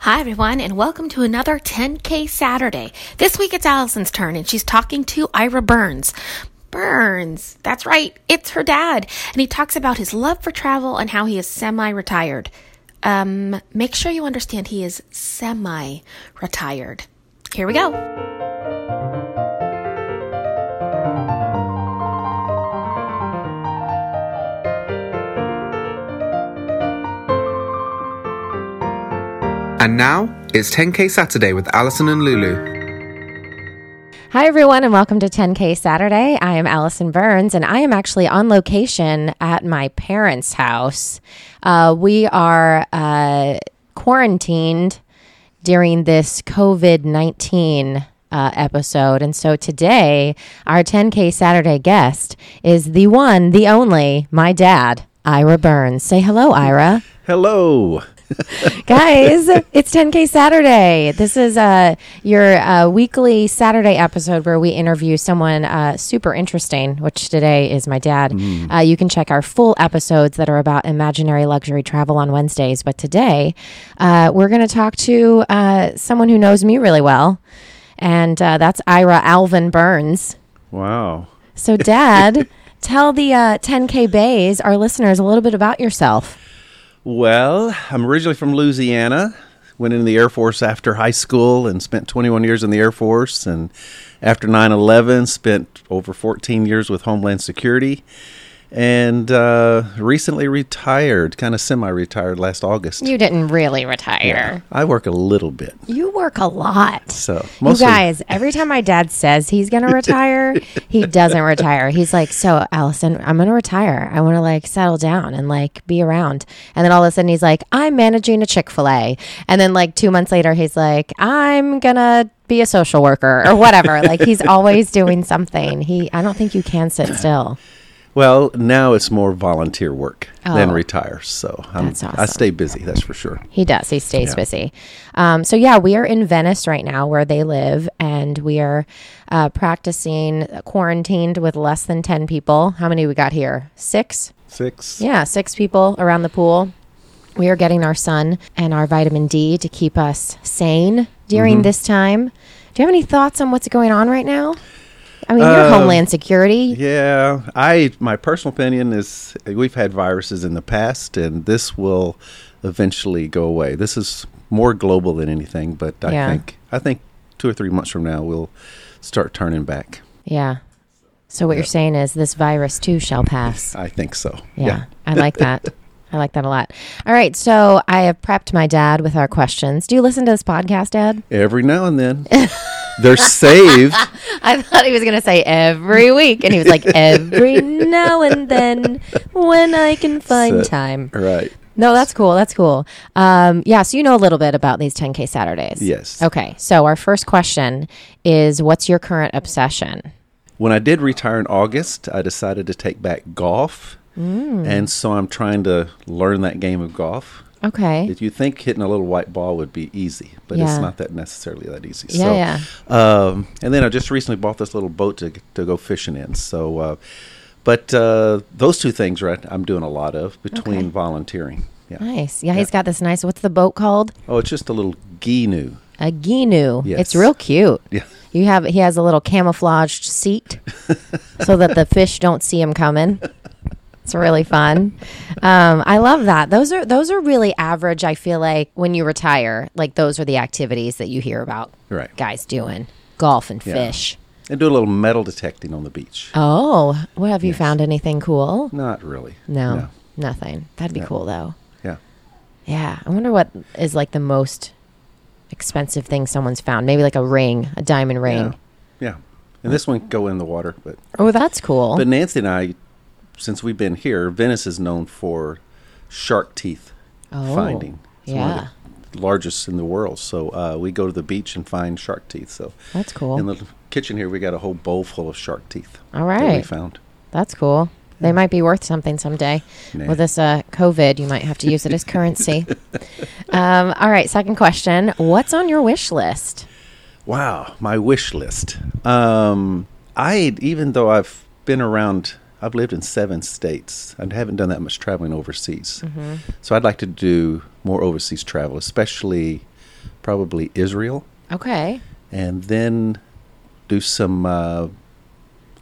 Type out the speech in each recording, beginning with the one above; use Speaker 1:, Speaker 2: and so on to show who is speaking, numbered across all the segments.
Speaker 1: Hi, everyone, and welcome to another 10K Saturday. This week it's Allison's turn, and she's talking to Ira Burns. Burns, that's right, it's her dad. And he talks about his love for travel and how he is semi retired. Um, make sure you understand he is semi retired. Here we go.
Speaker 2: And now it's 10K Saturday with Allison and Lulu.
Speaker 3: Hi, everyone, and welcome to 10K Saturday. I am Allison Burns, and I am actually on location at my parents' house. Uh, we are uh, quarantined during this COVID 19 uh, episode. And so today, our 10K Saturday guest is the one, the only, my dad, Ira Burns. Say hello, Ira.
Speaker 4: Hello.
Speaker 3: guys it's 10k saturday this is uh, your uh, weekly saturday episode where we interview someone uh, super interesting which today is my dad uh, you can check our full episodes that are about imaginary luxury travel on wednesdays but today uh, we're going to talk to uh, someone who knows me really well and uh, that's ira alvin burns
Speaker 4: Wow.
Speaker 3: so dad tell the uh, 10k bays our listeners a little bit about yourself
Speaker 4: Well, I'm originally from Louisiana. Went into the Air Force after high school and spent 21 years in the Air Force. And after 9 11, spent over 14 years with Homeland Security. And uh, recently retired, kind of semi retired last August.
Speaker 3: you didn't really retire
Speaker 4: I work a little bit.
Speaker 3: You work a lot.
Speaker 4: So, mostly-
Speaker 3: you guys, every time my dad says he's going to retire, he doesn't retire. He's like, "So, Allison, I'm going to retire. I want to like settle down and like be around." And then all of a sudden, he's like, "I'm managing a Chick Fil A," and then like two months later, he's like, "I'm gonna." Be a social worker or whatever. like he's always doing something. He, I don't think you can sit still.
Speaker 4: Well, now it's more volunteer work than
Speaker 3: Oh.
Speaker 4: retire. So I'm,
Speaker 3: That's
Speaker 4: I
Speaker 3: awesome.
Speaker 4: stay busy, that's for sure.
Speaker 3: He does. He stays busy. Um, so yeah, we are in Venice right now, where they live, and we are uh, practicing uh, quarantined with less than ten people. How many we got here? Six.
Speaker 4: Six.
Speaker 3: Yeah, six people around the pool. We are getting our sun and our vitamin D to keep us sane during this time. Do you have any thoughts on what's going on right now? I mean, you're Homeland Security.
Speaker 4: Yeah, I my personal opinion is we've had viruses in the past, and this will eventually go away. This is more global than anything, but I
Speaker 3: Yeah.
Speaker 4: think I think two or three months from now we'll start turning back.
Speaker 3: Yeah. So what you're saying is this virus too shall pass.
Speaker 4: I think so.
Speaker 3: Yeah, I like that. I like that a lot. All right, so I have prepped my dad with our questions. Do you listen to this podcast, Dad?
Speaker 4: Every now and then they're saved.
Speaker 3: I thought he was going to say every week, and he was like, every now and then when I can find
Speaker 4: So-
Speaker 3: time.
Speaker 4: Right.
Speaker 3: No, that's cool. That's cool. Um, yeah, so you know a little bit about these 10K Saturdays.
Speaker 4: Yes.
Speaker 3: Okay, so our first question is what's your current obsession?
Speaker 4: When I did retire in August, I decided to take back golf.
Speaker 3: Mm.
Speaker 4: And so I'm trying to learn that game of golf.
Speaker 3: Okay.
Speaker 4: If you think hitting a little white ball would be easy, but
Speaker 3: Yeah.
Speaker 4: it's not that necessarily that easy.
Speaker 3: Yeah,
Speaker 4: so,
Speaker 3: yeah.
Speaker 4: Um, and then I just recently bought this little boat to to go fishing in. So, uh, but uh, those two things, right? I'm doing a lot of between
Speaker 3: Okay.
Speaker 4: volunteering. Yeah.
Speaker 3: Nice. Yeah, he's got this nice, what's the boat called?
Speaker 4: Oh, it's just a little ginu.
Speaker 3: A Ginu. It's
Speaker 4: Yes.
Speaker 3: real cute.
Speaker 4: Yeah.
Speaker 3: You have he has a little camouflaged seat so that the fish don't see him coming. It's really fun. Um, I love that. Those are those are really average. I feel like when you retire, like those are the activities that you hear about
Speaker 4: Right.
Speaker 3: guys doing golf and
Speaker 4: Yeah.
Speaker 3: fish.
Speaker 4: And do a little metal detecting on the beach.
Speaker 3: Oh, well, have you found anything cool?
Speaker 4: Not really.
Speaker 3: No, nothing. That'd be cool though.
Speaker 4: Yeah.
Speaker 3: Yeah, I wonder what is like the most expensive thing someone's found. Maybe like a ring, a diamond ring.
Speaker 4: Yeah. Yeah. And this one go in the water, but
Speaker 3: Oh, that's cool.
Speaker 4: but Nancy and I, since we've been here, Venice is known for shark teeth
Speaker 3: Oh,
Speaker 4: finding.
Speaker 3: yeah.
Speaker 4: the largest in the world. So uh, we go to the beach and find shark teeth. So
Speaker 3: That's Oh, cool.
Speaker 4: In the kitchen here, we got a whole bowl full of shark teeth.
Speaker 3: All
Speaker 4: That we
Speaker 3: right.
Speaker 4: found.
Speaker 3: That's cool. They might be worth something someday.
Speaker 4: Nah.
Speaker 3: With this uh, COVID, you might have to use it as currency. Um, all right, second question. What's on your wish list?
Speaker 4: Wow, my wish list. Um, I even though I've been around, I've lived in seven states. I haven't done that
Speaker 3: Mm-hmm.
Speaker 4: much traveling overseas. So I'd like to do more overseas travel, especially probably Israel,
Speaker 3: Okay.
Speaker 4: and then do some uh,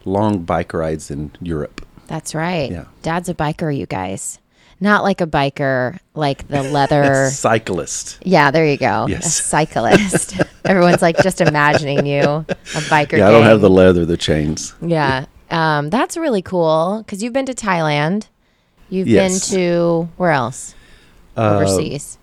Speaker 4: long bike rides in Europe.
Speaker 3: That's right.
Speaker 4: Yeah.
Speaker 3: Dad's a biker, you guys. Not like a biker, like the leather.
Speaker 4: Cyclist.
Speaker 3: yeah, there you go. A
Speaker 4: Yes.
Speaker 3: cyclist. Everyone's like just imagining you a biker.
Speaker 4: Yeah, I don't have the
Speaker 3: gang.
Speaker 4: leather, the chains.
Speaker 3: Yeah. Um, that's really cool because you've been to Thailand. You've
Speaker 4: Yes. Uh,
Speaker 3: been to where else? Overseas.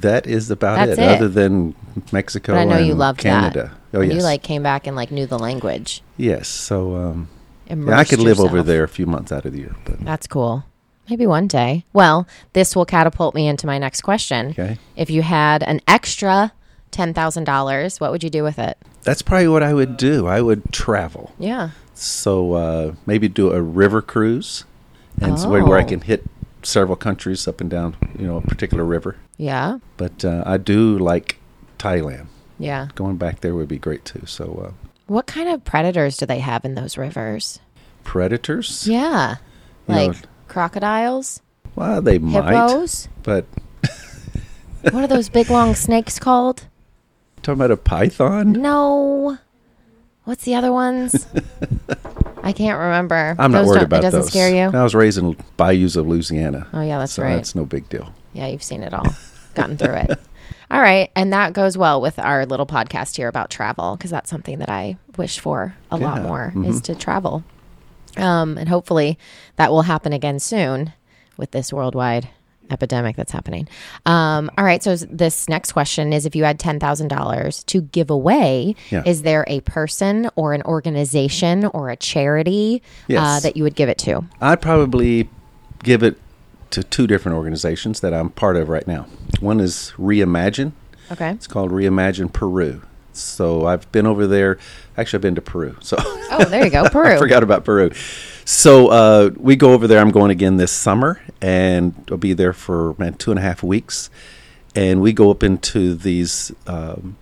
Speaker 4: That is about
Speaker 3: That's
Speaker 4: it,
Speaker 3: it.
Speaker 4: other than Mexico
Speaker 3: But I know
Speaker 4: and
Speaker 3: you loved
Speaker 4: Canada.
Speaker 3: that.
Speaker 4: Oh
Speaker 3: And
Speaker 4: yes,
Speaker 3: You like came back and like knew the language.
Speaker 4: yes. So um, yeah, I
Speaker 3: immersed
Speaker 4: could live over
Speaker 3: yourself.
Speaker 4: there a few months out of the year. But
Speaker 3: That's cool. Maybe one day. Well, this will catapult me into my next question.
Speaker 4: Okay.
Speaker 3: If you had an extra $10,000, what would you do with it?
Speaker 4: that's probably what I would do. I would travel.
Speaker 3: Yeah.
Speaker 4: So uh, maybe do a river cruise, and it's a way where I
Speaker 3: Oh.
Speaker 4: can hit several countries up and down, you know, a particular river.
Speaker 3: Yeah.
Speaker 4: But uh, I do like Thailand.
Speaker 3: Yeah.
Speaker 4: Going back there would be great too. So uh,
Speaker 3: What kind of predators do they have in those rivers?
Speaker 4: predators,
Speaker 3: Yeah.
Speaker 4: You
Speaker 3: Like
Speaker 4: know-
Speaker 3: crocodiles?
Speaker 4: well, they
Speaker 3: Hippos?
Speaker 4: might, but
Speaker 3: What are those big long snakes called?
Speaker 4: talking about a python.
Speaker 3: No. What's the other ones? I can't remember.
Speaker 4: I'm not
Speaker 3: Those
Speaker 4: worried
Speaker 3: don't-
Speaker 4: about
Speaker 3: It doesn't
Speaker 4: those.
Speaker 3: scare you?
Speaker 4: I was raised in bayous of Louisiana.
Speaker 3: Oh, yeah, that's
Speaker 4: so
Speaker 3: right.
Speaker 4: That's no big deal.
Speaker 3: Yeah, you've seen it all, gotten through it. All right. And that goes well with our little podcast here about travel because that's something that I wish for a lot
Speaker 4: Yeah, mm-hmm.
Speaker 3: more is to travel. Um, and hopefully that will happen again soon with this worldwide epidemic that's happening. Um, all right. So s- this next question is if you had $10,000 to give away,
Speaker 4: Yeah.
Speaker 3: is there a person or an organization or a charity uh,
Speaker 4: Yes.
Speaker 3: that you would give it to?
Speaker 4: I'd probably give it to two different organizations that I'm part of right now. One is Reimagine.
Speaker 3: Okay.
Speaker 4: It's called Reimagine Peru. So I've been over there. Actually, I've been to Peru. So
Speaker 3: Oh, there you go. Peru.
Speaker 4: I forgot about Peru. So uh, we go over there. I'm going again this summer, and I'll be there for man, two and a half weeks. And we go up into these um,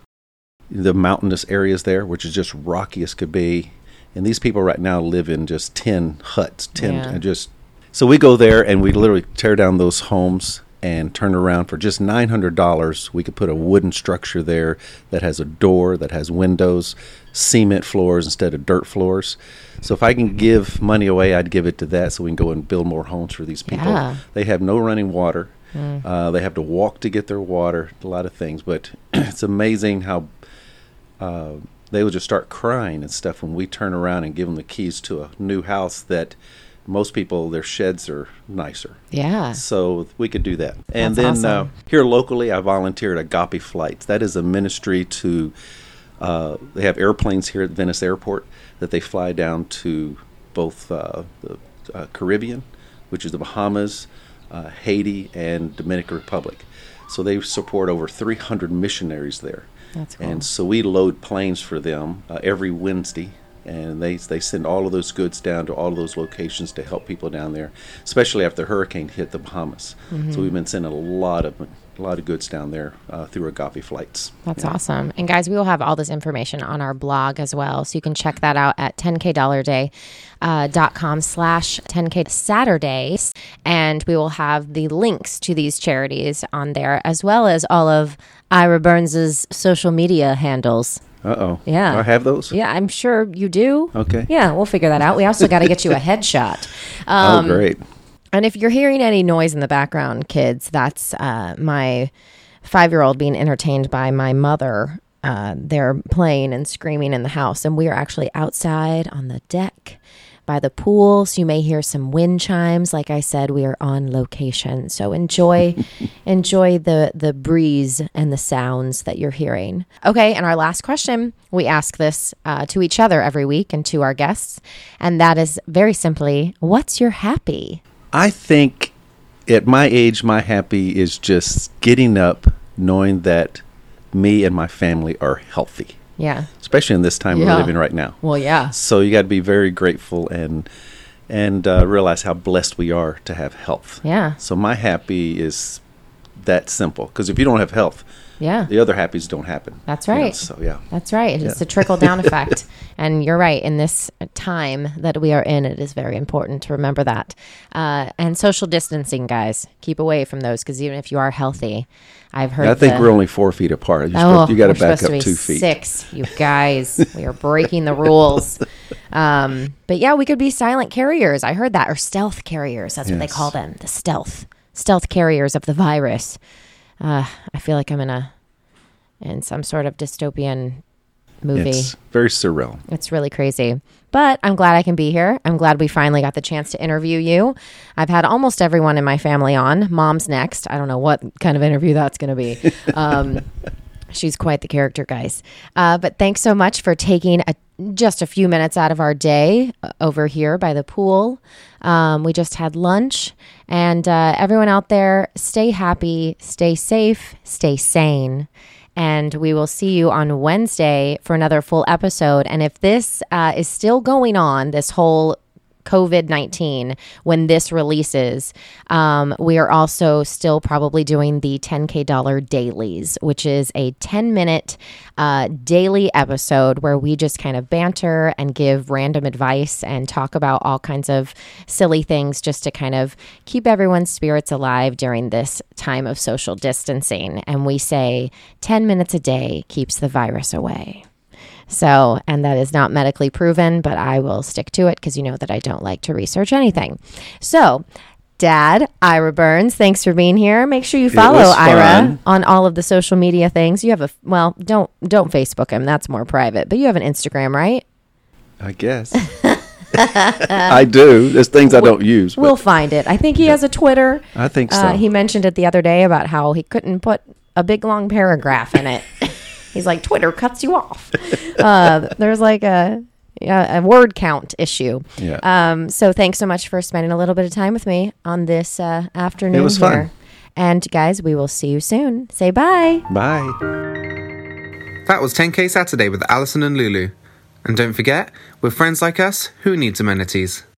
Speaker 4: the mountainous areas there, which is just rocky as could be. And these people right now live in just tin huts, tin
Speaker 3: Yeah.
Speaker 4: and just. So we go there and we literally tear down those homes and turn around for just nine hundred dollars. We could put a wooden structure there that has a door, that has windows, cement floors instead of dirt floors. So if I can give money away, I'd give it to that so we can go and build more homes for these people.
Speaker 3: Yeah.
Speaker 4: They have no running water. Uh, they have to walk to get their water. A lot of things, but it's amazing how they would just start crying and stuff when we turn around and give them the keys to a new house that most people their sheds are nicer
Speaker 3: Yeah.
Speaker 4: so we could do that and
Speaker 3: That's
Speaker 4: then
Speaker 3: awesome.
Speaker 4: uh, here locally i volunteered at agape flights that is a ministry to uh, they have airplanes here at venice airport that they fly down to both uh, the uh, caribbean which is the bahamas uh, haiti and dominican republic so they support over 300 missionaries there
Speaker 3: That's cool.
Speaker 4: and so we load planes for them uh, every Wednesday, and they they send all of those goods down to all of those locations to help people down there, especially after the hurricane hit the Bahamas.
Speaker 3: Mm-hmm.
Speaker 4: So we've been sending a lot of a lot of goods down there uh, through Agape flights.
Speaker 3: That's awesome. And guys, we will have all this information on our blog as well. So you can check that out at 10kdollarday.com uh, slash 10k Saturdays. And we will have the links to these charities on there as well as all of Ira Burns's social media handles.
Speaker 4: Uh oh.
Speaker 3: Yeah.
Speaker 4: I have those.
Speaker 3: Yeah, I'm sure you do.
Speaker 4: Okay.
Speaker 3: Yeah, we'll figure that out. We also got to get you a headshot.
Speaker 4: Oh,
Speaker 3: Um,
Speaker 4: great.
Speaker 3: And if you're hearing any noise in the background, kids, that's uh, my five year old being entertained by my mother. Uh, they're playing and screaming in the house, and we are actually outside on the deck by the pool. So you may hear some wind chimes. Like I said, we are on location. So enjoy, enjoy the the breeze and the sounds that you're hearing. Okay, and our last question we ask this uh, to each other every week and to our guests, and that is very simply, what's your happy?
Speaker 4: I think at my age, my happy is just getting up, knowing that me and my family are healthy,
Speaker 3: Yeah.
Speaker 4: especially in this time
Speaker 3: Yeah.
Speaker 4: we're living right now.
Speaker 3: Well, yeah.
Speaker 4: So you got to be very grateful and and uh, realize how blessed we are to have health.
Speaker 3: Yeah.
Speaker 4: So my happy is that simple because if you don't have health,
Speaker 3: Yeah.
Speaker 4: the other happies don't happen.
Speaker 3: That's
Speaker 4: You know,
Speaker 3: right.
Speaker 4: so yeah,
Speaker 3: That's right. It's a trickle down effect. And you're right. In this time that we are in, it is very important to remember that. Uh, and social distancing, guys, keep away from those because even if you are healthy, I've heard.
Speaker 4: I think
Speaker 3: the-
Speaker 4: we're only four feet apart. You're
Speaker 3: Oh,
Speaker 4: supposed- you got to
Speaker 3: we're
Speaker 4: back
Speaker 3: supposed
Speaker 4: up
Speaker 3: be
Speaker 4: two feet.
Speaker 3: Six, you guys. we are breaking the rules. Um, but yeah, we could be silent carriers. I heard that, or stealth carriers. That's what they
Speaker 4: Yes.
Speaker 3: call them. The stealth, stealth carriers of the virus. Uh, I feel like I'm in a in some sort of dystopian movie.
Speaker 4: It's very surreal.
Speaker 3: It's really crazy. But I'm glad I can be here. I'm glad we finally got the chance to interview you. I've had almost everyone in my family on. Mom's next. I don't know what kind of interview that's going to be. Um, she's quite the character, guys. Uh, but thanks so much for taking a, just a few minutes out of our day uh, over here by the pool. Um, we just had lunch. And uh, everyone out there, stay happy, stay safe, stay sane. And we will see you on Wednesday for another full episode. And if this uh, is still going on, this whole COVID 19, when this releases, um, we are also still probably doing the 10K dollar dailies, which is a 10 minute uh, daily episode where we just kind of banter and give random advice and talk about all kinds of silly things just to kind of keep everyone's spirits alive during this time of social distancing. And we say 10 minutes a day keeps the virus away. So, and that is not medically proven, but I will stick to it because you know that I don't like to research anything. So, Dad, Ira Burns, thanks for being here. Make sure you follow
Speaker 4: was
Speaker 3: Ira
Speaker 4: fun.
Speaker 3: on all of the social media things. You have a well, don't don't Facebook him. That's more private. But you have an Instagram, right?
Speaker 4: I guess. I do. There's things I don't use. but
Speaker 3: We'll find it. I think he has a Twitter.
Speaker 4: I think so.
Speaker 3: Uh, he mentioned it the other day about how he couldn't put a big long paragraph in it. He's like, Twitter cuts you off. Uh, there's like a yeah, a word count issue.
Speaker 4: Yeah.
Speaker 3: Um, so thanks so much for spending a little bit of time with me on this uh, afternoon.
Speaker 4: was
Speaker 3: here.
Speaker 4: fun.
Speaker 3: And guys, we will see you soon. Say bye.
Speaker 4: Bye.
Speaker 2: That was 10K Saturday with Allison and Lulu. And don't forget, with friends like us, who needs amenities?